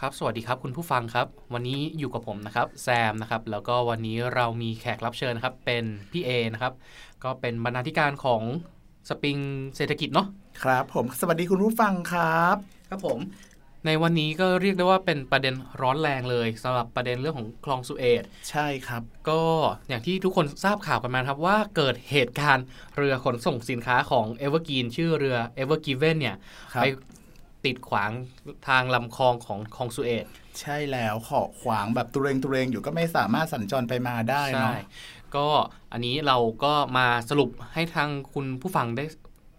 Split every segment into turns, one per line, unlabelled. ครับ สวัสดีครับคุณผู้ฟังครับ วันนี้อยู่กับผมนะครับแซมนะครับ แล้วก็วันนี้เรามีแขกรับเชิญนะครับ เป็นพี่เอนะครับ ก็เป็นบรรณาธิการของสปริงเศรษฐกิจเนาะ
ครับผมสวัสดีคุณผู้ฟังครับ
ครับผม ในวันนี้ก็เรียกได้ว่าเป็นประเด็นร้อนแรงเลยสำหรับประเด็นเรื่องของคลองสุเอต
ใช่ครับ
ก็อย่างที่ทุกคนทราบข่าวกันมานะครับว่าเกิดเหตุการณ์เรือขนส่งสินค้าของ e v e r g r e e n ชื่อเรือ e v e r g i v e n เนี่ย
ครับ
ไปติดขวางทางลำคลองของคลองสุเอต
ใช่แล้วขอขวางแบบตุเรงตุเรงอยู่ก็ไม่สามารถสัญจรไปมาได้เนาะ
ก็อันนี้เราก็มาสรุปให้ทางคุณผู้ฟังได้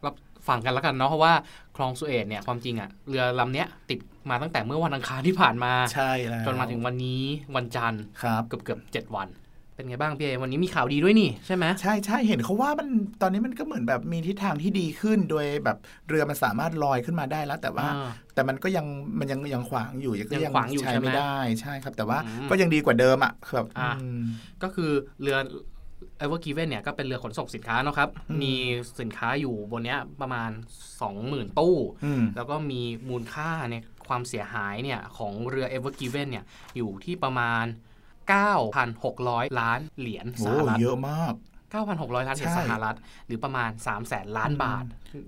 รับฟังกันแล้วกันเนาะเพราะว่าคลองสุเอตเนี่ยความจริงอะเรือลำเนี้ยติดมาตั้งแต่เมื่อวันอังคารที่ผ่านมา
ใช่แล้ว
จนมาถึงวันนี้วันจันทร์
ครับ
เกือบเกือบเจ็ดวัน เป็นไงบ้างพี่เอวันนี้มีข่าวดีด้วยนี่ใช่ไหม
ใช่ใช่เห็นเขาว่ามันตอนนี้มันก็เหมือนแบบมีทิศทางที่ดีขึ้น โดยแบบเรือมันสามารถลอยขึ้นมาได้แล้ว แต่ว่า
อ่า
แต่มันก็ยังมันยังยังขวางอยู่ก็
ยังขวางอยู่
ใช้
ใช่ไหม
ไม่ได้ใช่ครับ แต่ว่า
อืม
ก็ยังดีกว่าเดิมอ่ะคือแบบ
อ่า
อืม
ก็คือเรือเอเวอร์กีเวนเนี่ยก็เป็นเรือขนส่งสินค้าเนาะครับ
อืม
มีสินค้าอยู่บนเนี้ยประมาณ 20,000 ตู้
อืม
แล้วก็มีมูลค่าในความเสียหายเนี่ยของเรือเอเวอร์กีเวนเนี่ยอยู่ที่ประมาณ 9,600 ล้านเหรียญส
โอ้
หรัฐ
เยอะมาก
9,600 ล้านเหรียญ
ใช่
สหรัฐ หรือประมาณ 3 0 0แสนล้านบาท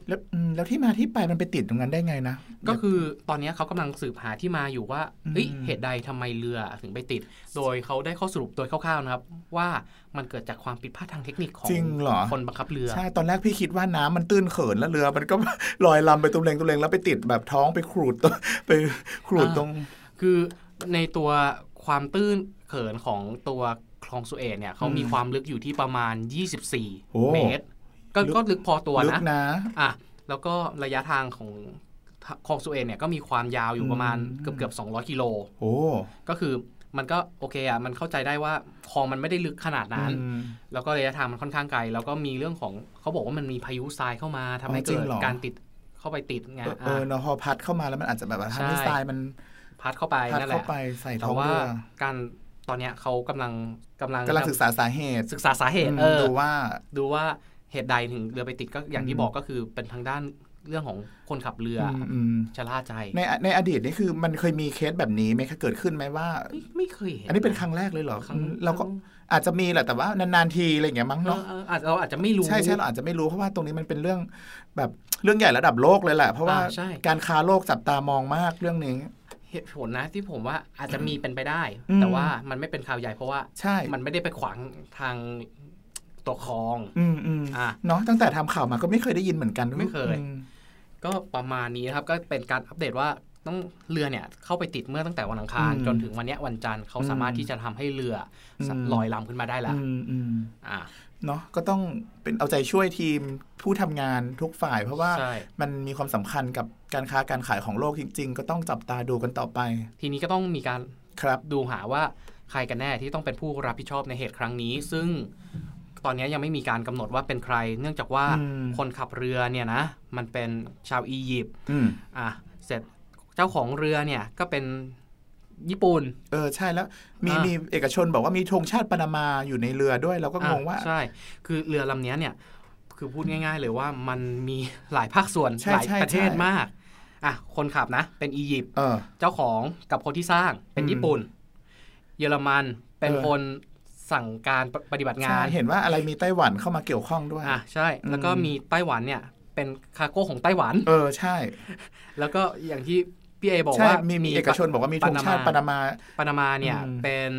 แล้วอืมแล้วที่มาที่ไปมันไปติดตรงนั้นได้ไงนะ
ก็คือตอนเนี้ยเขากำลังสืบหาที่มาอยู่ว่าเฮ้ย
อืม
เหตุใดทำไมเรือถึงไปติด โดยเขาได้ข้อสรุปโดยคร่าวๆนะครับ ว่ามันเกิดจากความผิดพลาดทางเทคนิคของ
จริงเหรอ
คนบังคับเรือ
ใช่ ตอนแรกพี่คิดว่าน้ำมันตื้นเขินแล้วเรือ มันก็ ลอยลำไปตุ้มเลงตุ้มเลงแล้วไปติดแบบท้อง ไปขูดตัว ไปขูด
อ่า
ตรง
คือในตัวความตื้นเขินของตัวคลองสุเอตเนี่ยเขามี
อืม
ความลึกอยู่ที่ประมาณ
โอ้
24 เมตร ก็ก็ลึกพอตัว
ลึ
นะ
กนะ
อ่ะแล้วก็ระยะทางของคลองสุเอตเนี่ยก็มีความยาวอยู่ประมาณ
อืม
เกือบเกือบๆ200 กิโล
โอ้
ก็คือมันก็โอเคอ่ะมันเข้าใจได้ว่าคลองมันไม่ได้ลึกขนาดนั้น
อืม
แล้วก็ระยะทางมันค่อนข้างไกล แล้วก็มีเรื่องของเขาบอกว่ามันมีพายุทรายเข้ามาทำให้
อ๋อจริ
เกิ
ง
ด
เหรอ
การติดเข้าไปติดไง
เออเอ
อ่ะ
อเนอะพอพัดเข้ามาแล้วมันอาจจะแบบว่า
ใช่
ทำให้ทรายมัน
พัดเข้าไป
พัด
นั่นแห
เข้า
ละ
ไปใส่
แต่
ท้อง
ว่า
เรือ
การตอนเนี้ยเขากำลังกำลัง
กำลังศึกษาสาเหตุ
ศึกษาสาเหตุ
อืม
เออ
ดูว่า
ดูว่าเหตุใดถึงเรือไปติดก็อย่างที่
อืม
บอกก็คือเป็นทางด้านเรื่องของคนขับเรืออ
มอืม
ชะล่าใจ
ในในอดีตนี่คือมันเคยมีเคสแบบนี้ไหมคะเกิดขึ้นไหมว่า
เอ้ยไม่เคยเห็น
อันนี้เป็นครั้งแรกเลยเหรอ
ครั้ง
อืมเราก็อาจจะมีแหละแต่ว่านานๆทีอะไรอย่างเงี้ยมั้ง
เอ
เนาะ
อเอออาจเราอาจจะไม่รู้
ใช่ใช่เราอาจจะไม่รู้เพราะว่าตรงนี้มันเป็นเรื่องแบบเรื่องใหญ่ระดับโลกเลยแหละ เพราะว่า
อ่าใช่
การค้าโลกจับตามองมากเรื่องนี้
เหตุผลนะที่ผมว่าอาจจะมีเป็นไปได้
อืม
แต่ว่ามันไม่เป็นข่าวใหญ่เพราะว่า
ใช่
มันไม่ได้ไปขวางทางตัวคลอง
อืมอืม
อ่ะ
เนาะตั้งแต่ทำข่าวมาก็ไม่เคยได้ยินเหมือนกัน
ไม่เคย
อืม
ก็ประมาณนี้นะครับ ก็เป็นการอัปเดตว่าต้องเรือเนี่ยเข้าไปติดเมื่อตั้งแต่วันอังคาร จนถึงวันเนี้ยวันจันทร์เขาสามารถที่จะทำให้เรืออลอยลำขึ้นมาได้ละ
อืมอืม
อ่า
เนาะก็ต้องเป็นเอาใจช่วยทีมผู้ทำงานทุกฝ่าย เพราะว่า
ใช่
มันมีความสำคัญกับการค้าการขายของโลกจริง ๆ ก็ต้องจับตาดูกันต่อไป
ทีนี้ก็ต้องมีการ
ครับ
ดูหาว่าใครกันแน่ที่ต้องเป็นผู้รับผิดชอบในเหตุครั้งนี้ ซึ่งตอนเนี้ยยังไม่มีการกำหนดว่าเป็นใคร เนื่องจากว่า
อืม
คนขับเรือเนี่ยนะ มันเป็นชาวอียิปต์
อืม
อ่ะเสร็จเจ้าของเรือเนี่ยก็เป็นญี่ปุ่น
เออใช่แล้ว มี
อ่ามี
มีเอกชนบอกว่ามีธงชาติปานามาอยู่ในเรือด้วยเราก็งงว่า
อ่ะใช่ คือเรือลำเนี้ยเนี่ย คือพูดง่าย ๆ เลยว่ามันมี หลายภาคส่วน
ใช่
หลาย
ใช่
ประเทศ
ใช่
มาก อ่ะ คนขับนะ เป็นอียิปต์
เออ
เจ้าของกับคนที่สร้างเป็น
อืม
ญี่ปุ่น เยอรมันเป็น
เออ
คนสั่งการปปฏิบัติงา
ใช่
น
เห็นว่าอะไรมีไต้หวันเข้ามาเกี่ยวข้องด้วย
อ่ะใช่
อืม
แล้วก็มีไต้หวันเนี่ย เป็นคาร์โก้ของไต้หวัน
เออใช่
แล้วก็อย่างที่พี่เอบอก
ใช่
ว่า
มี
มี
มีเอกชนบอกว่ามีธงชาติ
ปา
ปา
นา
นา
มา
มา
ปานามาเนี่ย
อืม
เป็น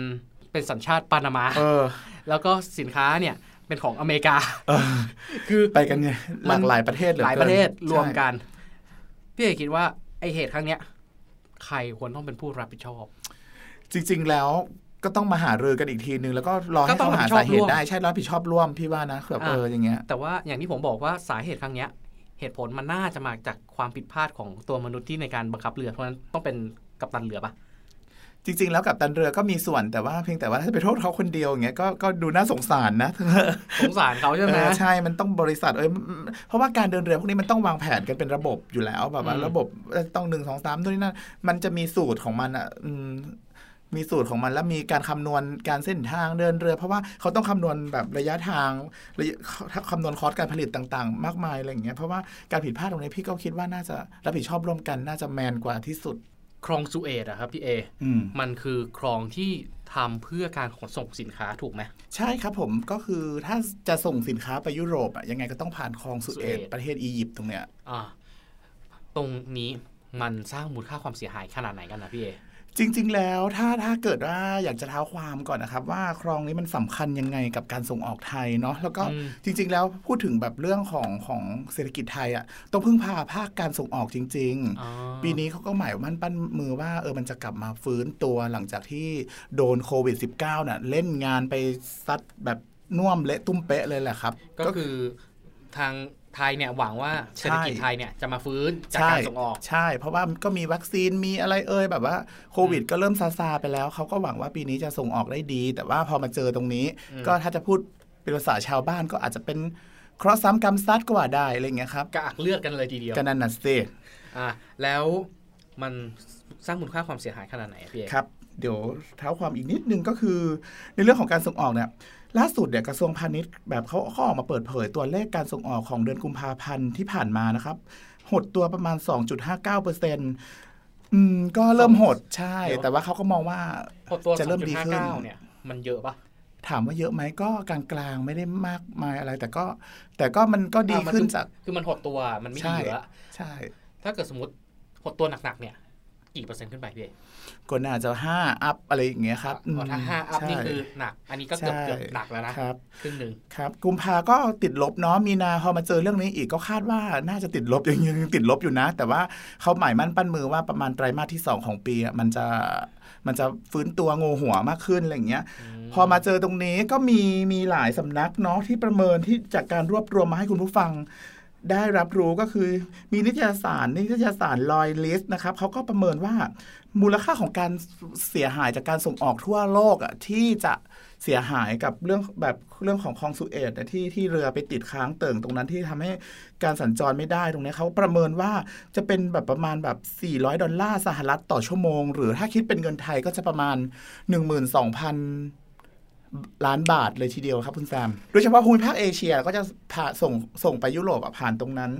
เป็นสัญชาติปานามา
เออ
แล้วก็สินค้าเนี่ยเป็นของอเมริกา
เออ
คือ
ไปกันเนี่ยหลากหลายประเทศเหลือ
ห
เกิน
ลายประเทศรวม
ใช่
กัน พี่เอกคิดว่าไอเหตุครั้งเนี้ย ใครควรต้องเป็นผู้รับผิดชอบ
จริง ๆ แล้วก็ต้องมาหารือกันอีกทีนึง แล้วก็รอ
ก็
ให้
ต้อง
เขาหา
รับผิดชอบ
สาเห
ร่
ตุ
วม
ได้ใช่รับผิดชอบร่วมพี่ว่านะแบบ
อ่ะ
เอออย่างเงี้ย
แต่ว่าอย่างที่ผมบอกว่าสาเหตุครั้งเนี้ย เหตุผลมันน่าจะมาจากความผิดพลาดของตัวมนุษย์ที่ในการบังคับเรือเพราะฉะนั้นต้องเป็นกัปตันเรือปะ
จริง ๆ แล้วกับตันเรือก็มีส่วนแต่ว่าเพียงแต่ว่าถ้าไปโทษเขาคนเดียวอย่างเงี้ยก็ก็ดูน่าสงสารนะ
สงสารเขาใช่ไหม
เออใช่มันต้องบริษัทเอ้ยเพราะว่าการเดินเรือพวกนี้มันต้องวางแผนกันเป็นระบบอยู่แล้วแบบว่า
อืม
ระบบเอ่อต้องหนึ่งสองสามนู่นนี่นั่นมันจะมีสูตรของมันอ่ะอืมมีสูตรของมันแล้วมีการคำนวณการเส้นทางเดินเรือ เพราะว่าเขาต้องคำนวณแบบระยะทางระยะคำนวณคอสการผลิตต่างๆ มากมายอะไรอย่างเงี้ยเพราะว่าการผิดพลาดตรงนี้พี่ก็คิดว่าน่าจะรับผิดชอบร่วมกันน่าจะแมนกว่าที่สุด
คลองสุเอตอะครับพี่เอ
อืม
มันคือคลองที่ทำเพื่อการขนส่งสินค้าถูกไหม
ใช่ครับผมก็คือถ้าจะส่งสินค้าไปยุโรปอะยังไงก็ต้องผ่านคลองสุเอ
สุ
ต
เอต
ประเทศอียิปต์ตรงเนี้ย
อ่า ตรงนี้มันสร้างมูลค่าความเสียหายขนาดไหนกันนะพี่เอ
จริง ๆ แล้วถ้าถ้าเกิดว่าอยากจะเท้าความก่อนนะครับว่าคลองนี้มันสำคัญยังไงกับการส่งออกไทยเนาะแล้วก็
อืม
จริง ๆ แล้วพูดถึงแบบเรื่องของของเศรษฐกิจไทยอ่ะต้องพึ่งพาภาคการส่งออกจริง ๆ
อ๋อ
ปีนี้เขาก็หมายมั่นปั้นมือว่าเออมันจะกลับมาฟื้นตัวหลังจากที่โดนโควิด -19 น่ะเล่นงานไปซัดแบบน่วมเละตุ้มเป๊ะเลยแหละครับ
ก็คือทางไทยเนี่ยหวังว่าเศรษฐกิจไทยเนี่ยจะมาฟื้นจาก
ใช่
การส่งออก
ใช่ เพราะว่าก็มีวัคซีนมีอะไรเอ่ยแบบว่าโควิดก็เริ่มซาซาไปแล้ว เขาก็หวังว่าปีนี้จะส่งออกได้ดี แต่ว่าพอมาเจอตรงนี้
อืม
ก็ถ้าจะพูดเป็นภาษาชาวบ้านก็อาจจะเป็นเคราะห์ซ้ำกรรมซัดก็ว่าได้อะไรอย่างเงี้ยครับ
กระอักเลือดกันเลยทีเดียว
ก็นั่นน่ะสิ
อ่ะแล้วมันสร้างมูลค่าความเสียหายขนาดไหนอะพี่เอ
ครับ เดี๋ยวเท้าความอีกนิดนึงก็คือ ในเรื่องของการส่งออกเนี่ยล่าสุดเนี่ยกระทรวงพาณิชย์แบบเขาเขาออกมาเปิดเผยตัวเลขการส่งออกของเดือนกุมภาพันธ์ที่ผ่านมานะครับหดตัวประมาณ 2.59เปอร์เซ็นต์ก็เริ่มหดใช่ แต่ว่าเขาก็มองว่า
พอตัว
จะเริ่มดีขึ้น
2.59เนี่ย มันเยอะปะ
ถามว่าเยอะไหมก็กลางๆ ไม่ได้มากมายอะไร แต่ก็แต่ก็มันก็ดี
อ่ะมั
ขึ้นจาก
คือมันหดตัวมันไม่ดีอยู่แล้ว
ใช่
ถ้าเกิดสมมติหดตัวหนักๆเนี่ยกี่เปอร์เซ็นต์ขึ้นไปพี่เอ
ก็น่าจะห้าอัพอะไรอย่างเงี้ยครับ
อ๋อถ้าห้าอัพ
ใช่
นี่คือหนัก อันนี้ก็เกือบ
ใช่
เกือบหนักแล้วนะครับ ครึ่งหนึ่ง
ครับกุมภาก็ติดลบเนาะมีนาพอมาเจอเรื่องนี้อีกก็คาดว่าน่าจะติดลบยังยังติดลบอยู่นะ แต่ว่าเขาหมายมั่นปั้นมือว่าประมาณไตรมาสที่ 2 ของปีอะมันจะมันจะฟื้นตัวโงหัวมากขึ้นอะไรอย่างเงี้ย พอมาเจอตรงนี้ก็มีมีหลายสำนักเนาะที่ประเมินที่จากการรวบรวมมาให้คุณผู้ฟัง ได้รับรู้ก็คือ มีนิตยสารนิตยสารลอยลิสต์นะครับเขาก็ประเมินว่ามูลค่าของการเสียหายจากการส่งออกทั่วโลกอ่ะที่จะเสียหายกับเรื่องแบบเรื่องของคลองสุเอตเนี่ยที่ที่เรือไปติดค้างเติ่งตรงนั้นที่ทำให้การสัญจรไม่ได้ตรงเนี้ยเขาประเมินว่าจะเป็นแบบประมาณแบบ 400 ดอลลาร์สหรัฐต่อชั่วโมง หรือถ้าคิดเป็นเงินไทยก็จะประมาณ 12,000 ล้านบาทเลยทีเดียวครับคุณแซม โดยเฉพาะภูมิภาคเอเชียก็จะผ่าส่งส่งไปยุโรปอะผ่านตรงนั้น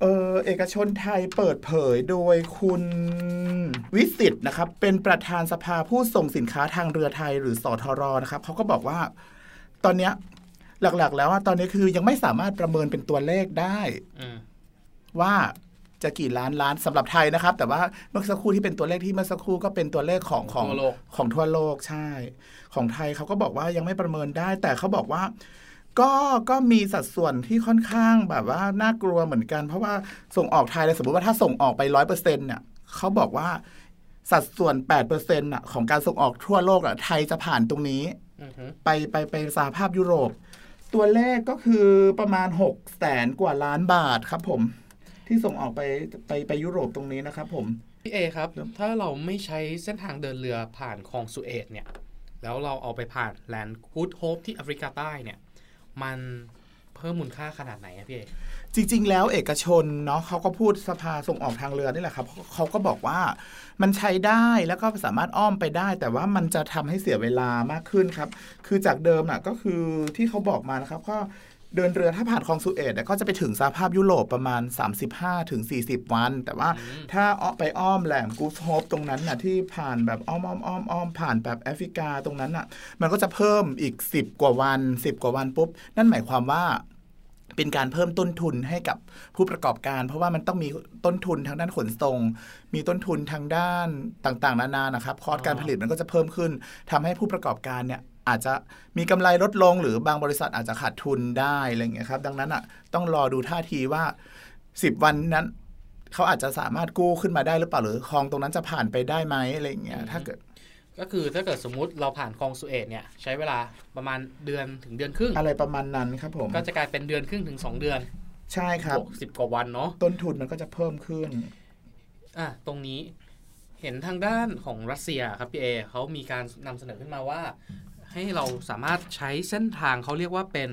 เออเอกชนไทยเปิดเผยโดยคุณวิสิตนะครับ เป็นประธานสภาผู้ส่งสินค้าทางเรือไทยหรือสอทรนะครับเขาก็บอกว่า ตอนเนี้ยหลักๆ แล้วอะตอนนี้คือยังไม่สามารถประเมินเป็นตัวเลขได้
อืม
ว่าจะกี่ล้านล้านสำหรับไทยนะครับ แต่ว่าเมื่อสักครู่ที่เป็นตัวเลขที่เมื่อสักครู่ก็เป็นตัวเลขของของ
ทั่วโลก
ของทั่วโลกใช่ ของไทยเขาก็บอกว่ายังไม่ประเมินได้ แต่เขาบอกว่า ก็ก็มีสัดส่วนที่ค่อนข้างแบบว่าน่ากลัวเหมือนกัน เพราะว่าส่งออกไทยเลยสมมติว่าถ้าส่งออกไปร้อยเปอร์เซ็นต์เนี่ยเขาบอกว่าสัดส่วนแปดเปอร์เซ็นต์่ะของการส่งออกทั่วโลกอ่ะไทยจะผ่านตรงนี้
อือหือ
ไปไปไปสหภาพยุโรป ตัวเลขก็คือประมาณหกแสนกว่าล้านบาทครับผม ที่ส่งออกไปไปไปยุโรปตรงนี้นะครับผม
พี่เอครับ ถ้าเราไม่ใช้เส้นทางเดินเรือผ่านคลองสุเอตเนี่ย แล้วเราเอาไปผ่านแลนด์กูดโฮปที่แอฟริกาใต้เนี่ย มันเพิ่มมูลค่าขนาดไหนอะพี่เอ
จริง ๆ แล้วเอกชนเนาะเขาก็พูดสภาส่งออกทางเรือนี่แหละครับเขาเขาก็บอกว่ามันใช้ได้แล้วก็สามารถอ้อมไปได้ แต่ว่ามันจะทำให้เสียเวลามากขึ้นครับ คือจากเดิมน่ะก็คือที่เขาบอกมานะครับ ก็เดินเรือถ้าผ่านคลองสุเอตเนี่ยก็จะไปถึงสหภาพยุโรปประมาณ 35-40ถึง40 วัน แต่ว่า
อืม
ถ้าอ้อมไปอ้อมแหลมกูสโฮปตรงนั้นน่ะที่ผ่านแบบอ้อมอ้อมอ้อมอ้อมผ่านแบบแอฟริกาตรงนั้นน่ะ มันก็จะเพิ่มอีก 10 กว่าวัน 10 กว่าวันปุ๊บ นั่นหมายความว่า เป็นการเพิ่มต้นทุนให้กับผู้ประกอบการ เพราะว่ามันต้องมีต้นทุนทางด้านขนส่ง มีต้นทุนทางด้านต่างๆ นานานะครับคอสการผลิตมันก็จะเพิ่มขึ้นทำให้ผู้ประกอบการเนี่ยอาจจะมีกำไรลดลง หรือบางบริษัทอาจจะขาดทุนได้อะไรอย่างเงี้ยครับดังนั้นอ่ะต้องรอดูท่าทีว่า 10 วันนั้น เขาอาจจะสามารถกู้ขึ้นมาได้หรือเปล่าหรือคลองตรงนั้นจะผ่านไปได้ไหมอะไรอย่างเงี้ย
อืม
ถ้าเกิด
ก็คือถ้าเกิดสมมติเราผ่านคลองสุเอตเนี่ย ใช้เวลาประมาณเดือนถึงเดือนครึ่ง
อะไรประมาณนั้นครับผม
ก็จะกลายเป็นเดือนครึ่งถึง 2 เดือน
ใช่ครับ
บวกสิบกว่าวันเนาะ
ต้นทุนมันก็จะเพิ่มขึ้น
อ่ะตรงนี้เห็นทางด้านของรัสเซียครับพี่เอเขามีการนำเสนอขึ้นมาว่า ให้เราสามารถใช้เส้นทางเขาเรียกว่าเป็น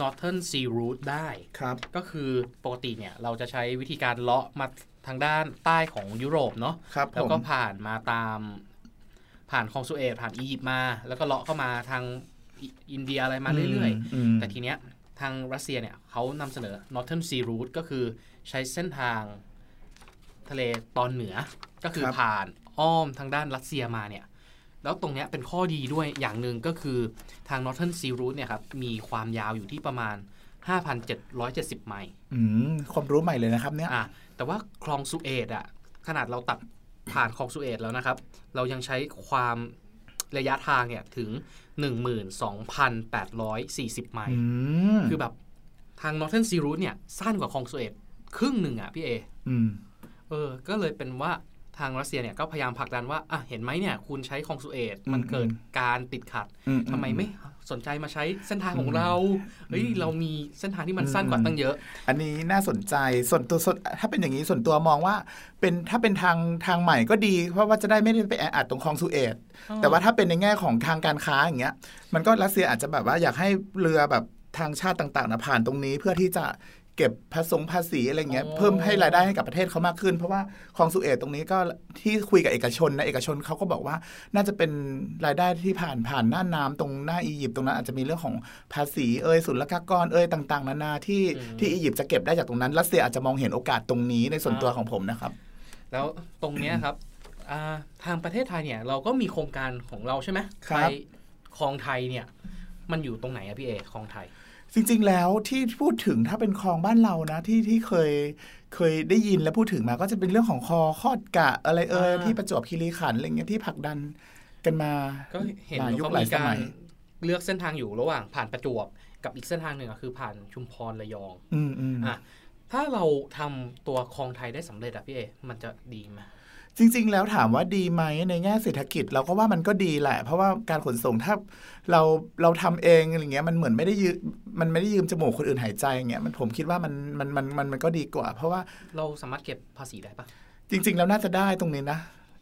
Northern Sea Route ได้
ครับ
ก็คือปกติเนี่ยเราจะใช้วิธีการเลาะมาทางด้านใต้ของยุโรปเนาะ
ครับ
แล้ว
ผม
ก็ผ่านมาตามผ่านคลองสุเอตผ่านอียิปต์มา แล้วก็เลาะเข้ามาทางอิอินเดียอะไรมาเรื่อย
ม
ๆ แต่ทีเนี้ยทางรัสเซียเนี่ยเขานำเสนอ Northern Sea Route ก็คือใช้เส้นทางทะเลตอนเหนือก็คือ
ครับ
ผ่าน อ้อมทางด้านรัสเซียมาเนี่ย แล้วตรงเนี้ยเป็นข้อดีด้วยอย่างหนึ่งก็คือทาง Northern Sea Route เนี่ยครับมีความยาวอยู่ที่ประมาณ 5,770 ไมล์
อืมความรู้ใหม่เลยนะครับ เนี่ย
อ่ะแต่ว่าคลองสุเอตอ่ะขนาดเราตัดผ่านคลองสุเอตแล้วนะครับ เรายังใช้ความระยะทางเนี่ยถึง 12,840 ไมล์
อืม
คือแบบทาง Northern Sea Route เนี่ยสั้นกว่าคลองสุเอตครึ่งหนึ่งอ่ะพี่เอ
อืม
เออ ก็เลยเป็นว่าทางรัสเซียเนี่ยก็พยายามผลักดันว่า อ่ะ เห็นไหมเนี่ย คุณใช้คลองสุเอต มัน
อืม
เกิดการติดขัด
อื
ทำไมไม่สนใจมาใช้เส้นทางของเรา เฮ้ย เรามีเส้นทางที่มัน
อืม
สั้นกว่าตั้งเยอะ
อันนี้น่าสนใจส่วนตัวส่วนถ้าเป็นอย่างนี้ส่วนตัวมองว่าเป็นถ้าเป็นทางทางใหม่ก็ดี เพราะว่าจะได้ไม่ได้ไปแออัดตรงคลองสุเอตแต่ว่าถ้าเป็นในแง่ของทางการค้าอย่างเงี้ย มันก็รัสเซียอาจจะแบบว่าอยากให้เรือแบบทางชาติต่างๆนะผ่านตรงนี้ เพื่อที่จะเก็บภาษงภาษีอะไรเงี้ย
อ๋อ
เพิ่มให้รายได้ให้กับประเทศเขามากขึ้น เพราะว่าคลองสุเอตตรงนี้ก็ที่คุยกับเอกชนนะเอกชนเขาก็บอกว่าน่าจะเป็นรายได้ที่ผ่านผ่านหน้าน้ำตรงหน้าอียิปต์ตรงนั้นอาจจะมีเรื่องของภาษีเอ่ยศุลกากรเอ่ยต่าง ๆ นานาที่
อืม
ที่อียิปต์จะเก็บได้จากตรงนั้นรัสเซียอาจจะมองเห็นโอกาสตรงนี้ในส่วนตัวของผมนะครับ
แล้วตรงเนี้ยครับอ่าทางประเทศไทยเนี่ย เราก็มีโครงการของเราใช่ไหม
ครับ
ไปคลองไทยเนี่ย มันอยู่ตรงไหนอะพี่เอ คลองไทย
จริงๆ แล้วที่พูดถึงถ้าเป็นคลองบ้านเรานะที่ที่เคยเคยได้ยินและพูดถึงมาก็จะเป็นเรื่องของคอคอดกะอะไรเอ่ย
อ่า
ที่ประจวบคีรีขันธ์อะไรเงี้ยที่ผลักดันกันมา
ก็เห็น
หลายยุค
เขา
หลาย
มี
ส
กา
มั
ร
ย
เลือกเส้นทางอยู่ระหว่างผ่านประจวบ กับอีกเส้นทางหนึ่งอะคือผ่านชุมพรระยอง
อืมอืม
อ่ะ ถ้าเราทำตัวคลองไทยได้สำเร็จอะพี่เอ มันจะดีไหม
จริง ๆ แล้วถามว่าดีไหมในแง่เศรษฐกิจเราก็ว่ามันก็ดีแหละ เพราะว่าการขนส่งถ้าเราเราทำเองอะไรเงี้ยมันเหมือนไม่ได้ยืมมันไม่ได้ยืมจมูกคนอื่นหายใจอย่างเงี้ยมันผมคิดว่ามันมันมันมันมันก็ดีกว่า เพราะว่า
เราสามารถเก็บภาษีได้ปะ
จริง ๆ แล้วน่าจะได้ตรงนี้นะ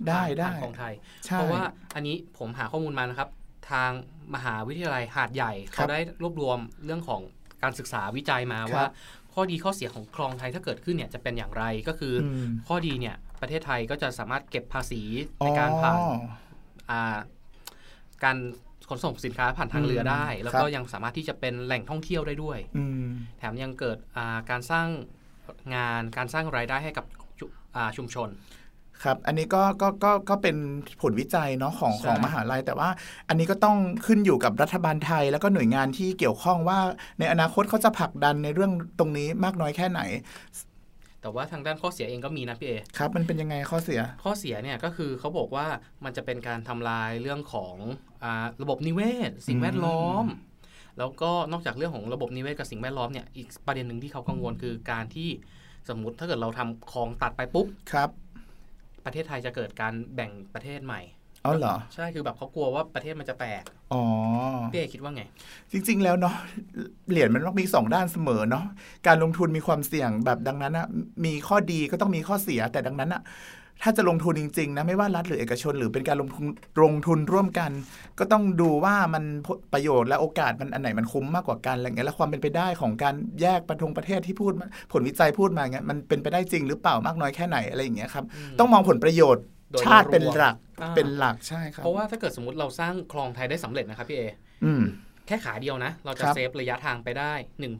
ได้ได้
ทางของไทย
ใช่
เพราะว่าอันนี้ผมหาข้อมูลมานะครับ ทางมหาวิทยาลัยหาดใหญ่
ครั
เขา
บ
ได้รวบรวมเรื่องของการศึกษาวิจัยมา
ครับ
ว่า ข้อดีข้อเสียของคลองไทยถ้าเกิดขึ้นเนี่ยจะเป็นอย่างไรก็คืออ
อืม
ข้อดีเนี่ยประเทศไทยก็จะสามารถเก็บภาษีในการผ่าน
อ๋อ
อ่าการขนส่งสินค้าผ่านทางเรืออ
ม
ได้ แล้ว
ครับ
ก็ยังสามารถที่จะเป็นแหล่งท่องเที่ยวได้ด้วย
อืม
แถมยังเกิดอ่าการสร้างงานการสร้างรายได้ให้กับชุอ่าชุมชน
ครับ อันนี้ก็ก็ก็ก็เป็นผลวิจัยเนาะของ
ใช่
ของมหาลัย แต่ว่าอันนี้ก็ต้องขึ้นอยู่กับรัฐบาลไทย แล้วก็หน่วยงานที่เกี่ยวข้องว่าในอนาคตเขาจะผลักดันในเรื่องตรงนี้มากน้อยแค่ไหน
แต่ว่าทางด้านข้อเสียเองก็มีนะพี่เอ
ครับ มันเป็นยังไงข้อเสีย
ข้อเสียเนี่ยก็คือเขาบอกว่ามันจะเป็นการทำลายเรื่องของอาระบบนิเวศ สิ่งแวดล้อม แล้วก็นอกจากเรื่องของระบบนิเวศกับสิ่งแวดล้อมเนี่ยอีกประเด็นหนึ่งที่เขากังวลคือการที่สมมติถ้าเกิดเราทำคลองตัดไปปุ๊บ
ครับ
ประเทศไทยจะเกิดการแบ่งประเทศใหม่
อ๋อเหรอ
ใช่คือแบบเขากลัวว่าประเทศมันจะแตก
อ๋อ
พี่เอคิดว่าไง
จริงๆ แล้วเนาะ เหรียญมันต้องมีสองด้านเสมอเนาะการลงทุนมีความเสี่ยงแบบดังนั้นอะมีข้อดีก็ต้องมีข้อเสีย แต่ดังนั้นอะถ้าจะลงทุนจริงๆนะไม่ว่ารัฐหรือเอกชน หรือเป็นการลงทุนลงทุนร่วมกัน ก็ต้องดูว่ามันประโยชน์และโอกาสมันอันไหนมันคุ้มมากกว่ากันอะไรเงี้ยและความเป็นไปได้ของการแยกประทงประเทศที่พูดมาผลวิจัยพูดมาเงี้ยมันเป็นไปได้จริงหรือเปล่ามากน้อยแค่ไหนอะไรอย่างเงี้ยครับ
อืม
ต้องมองผลประโยชน์
โดย
ชาติเป็น
รวม
หลัก
อ่า
เป็นหลักใช่ครับ
เพราะว่าถ้าเกิดสมมติเราสร้างคลองไทยได้สำเร็จนะครับพี่เอ
อืม
แค่ขาเดียวนะ เราจะ
ครับ
เซฟระยะทางไปได้หนึ่ง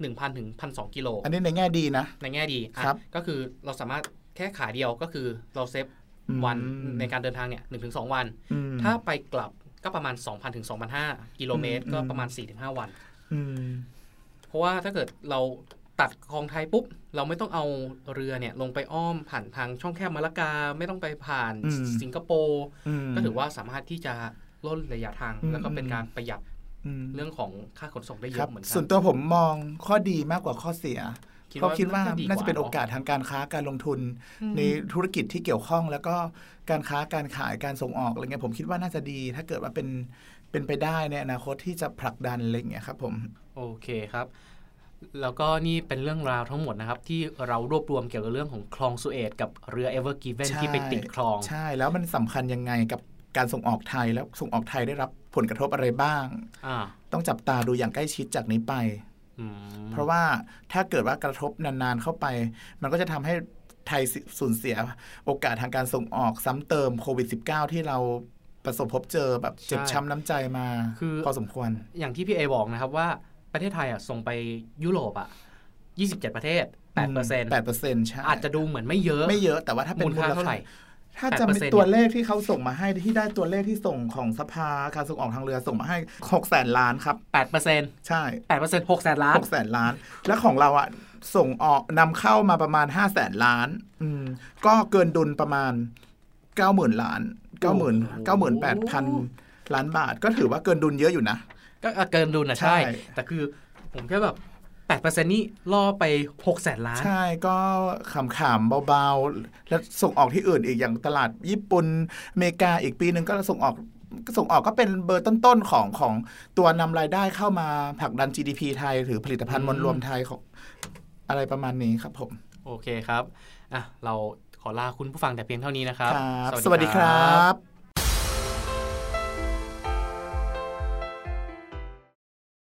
หนึ่งพันถึงพันสองกิโล
อันนี้ในแง่ดีนะ
ในแง่ดีอ่ะ
ครับ
ก็คือเราสามารถแค่ขาเดียวก็คือเราเซฟ
อืม
วันในการเดินทางเนี่ยหนึ่งถึงสองวัน
อืม
ถ้าไปกลับก็ประมาณ 2,000ถึง2,500กิโลเมตร
อืม
ก็ประมาณ 4-5 วัน
อืม
เพราะว่าถ้าเกิดเราตัดคลองไทยปุ๊บ เราไม่ต้องเอาเรือเนี่ยลงไปอ้อมผ่านทางช่องแคบมาละกา ไม่ต้องไปผ่าน
อืม
สิงคโปร์ก็ถือว่าสามารถที่จะลดระยะทาง
อืม
แล้วก็เป็นการประหยัด
ม
เรื่องของค่าขนส่งได้เย
ครับ
อะเหมือนกั
ส่วนตัวผมมองข้อดีมากกว่าข้อเสีย เพราะคิดว่าน่าจะเป็นโอกาสทางการค้าการลงทุน
อืม
ในธุรกิจที่เกี่ยวข้องแล้วก็การค้าการขายการส่งออกอะไรเงี้ยผมคิดว่าน่าจะดี ถ้าเกิดว่าเป็นเป็นไปได้ในอนาคตที่จะผลักดันอะไรเงี้ยครับผม
โอเคครับ แล้วก็นี่เป็นเรื่องราวทั้งหมดนะครับ ที่เรารวบรวมเกี่ยวกับเรื่องของคลองสุเอตกับเรือ Ever Given
ใช่
ที่ไปติดคลอง
ใช่แล้วมันสำคัญยังไงกับการส่งออกไทยแล้วส่งออกไทยได้รับผลกระทบอะไรบ้าง
อ่า
ต้องจับตาดูอย่างใกล้ชิดจากนี้ไป
อืม
เพราะว่าถ้าเกิดว่ากระทบนาน ๆ เข้าไป มันก็จะทำให้ไทยสูญเสียโอกาสทางการส่งออกซ้ำเติมโควิด -19 ที่เราประสบพบเจอแบบเจ็บช้ำน้ำใจมาพอสมควร
อย่างที่พี่เอบอกนะครับว่าประเทศไทยอ่ะส่งไปยุโรปอ่ะ 27 ประเทศ 8%เปอร์เซ็นต์
8%ใช่
อาจจะดูเหมือนไม่เยอะ
ไม่เยอะแต่ว่าถ้าเป็น
มูลค่าเท่าไหร่
ถ้าจะมี
8%
ตัวเลขที่เขาส่งมาให้ที่ได้ตัวเลขที่ส่งของสภาการส่งออกทางเรือส่งมาให้หกแสนล้านครับ
แปดเปอร์เซ็นต์
ใช่
แปดเปอร์เซ็นต์หกแสนล้าน
หกแสนล้าน และของเราอะส่งออกนำเข้ามาประมาณห้าแสนล้าน อืม ก็เกินดุลประมาณเก้าหมื่นล้านเก้าหมื่นเก้าหมื่นแปดพันล้านบาท ก็ถือว่าเกินดุลเยอะอยู่นะ
ก็อ่ะเกินดุลนะใช่
ใช่
แต่คือผมแค่แบบแปดเปอร์เซ็นต์นี่ล่อไปหกแสนล้าน
ใช่ก็ขำๆเบาๆ แล้วส่งออกที่อื่นอีกอย่างตลาดญี่ปุ่นอเมริกาอีกปีหนึ่งก็ส่งออกก็ส่งออกก็เป็นเบอร์ต้นๆของของตัวนำรายได้เข้ามาผลักดัน GDP ไทย หรือผลิตภัณฑ์มวลรวมไทยของอะไรประมาณนี้ครับผม
โอเคครับ อ่ะ เราขอลาคุณผู้ฟังแต่เพียงเท่านี้นะครับ
ครับ สวัสดีครับ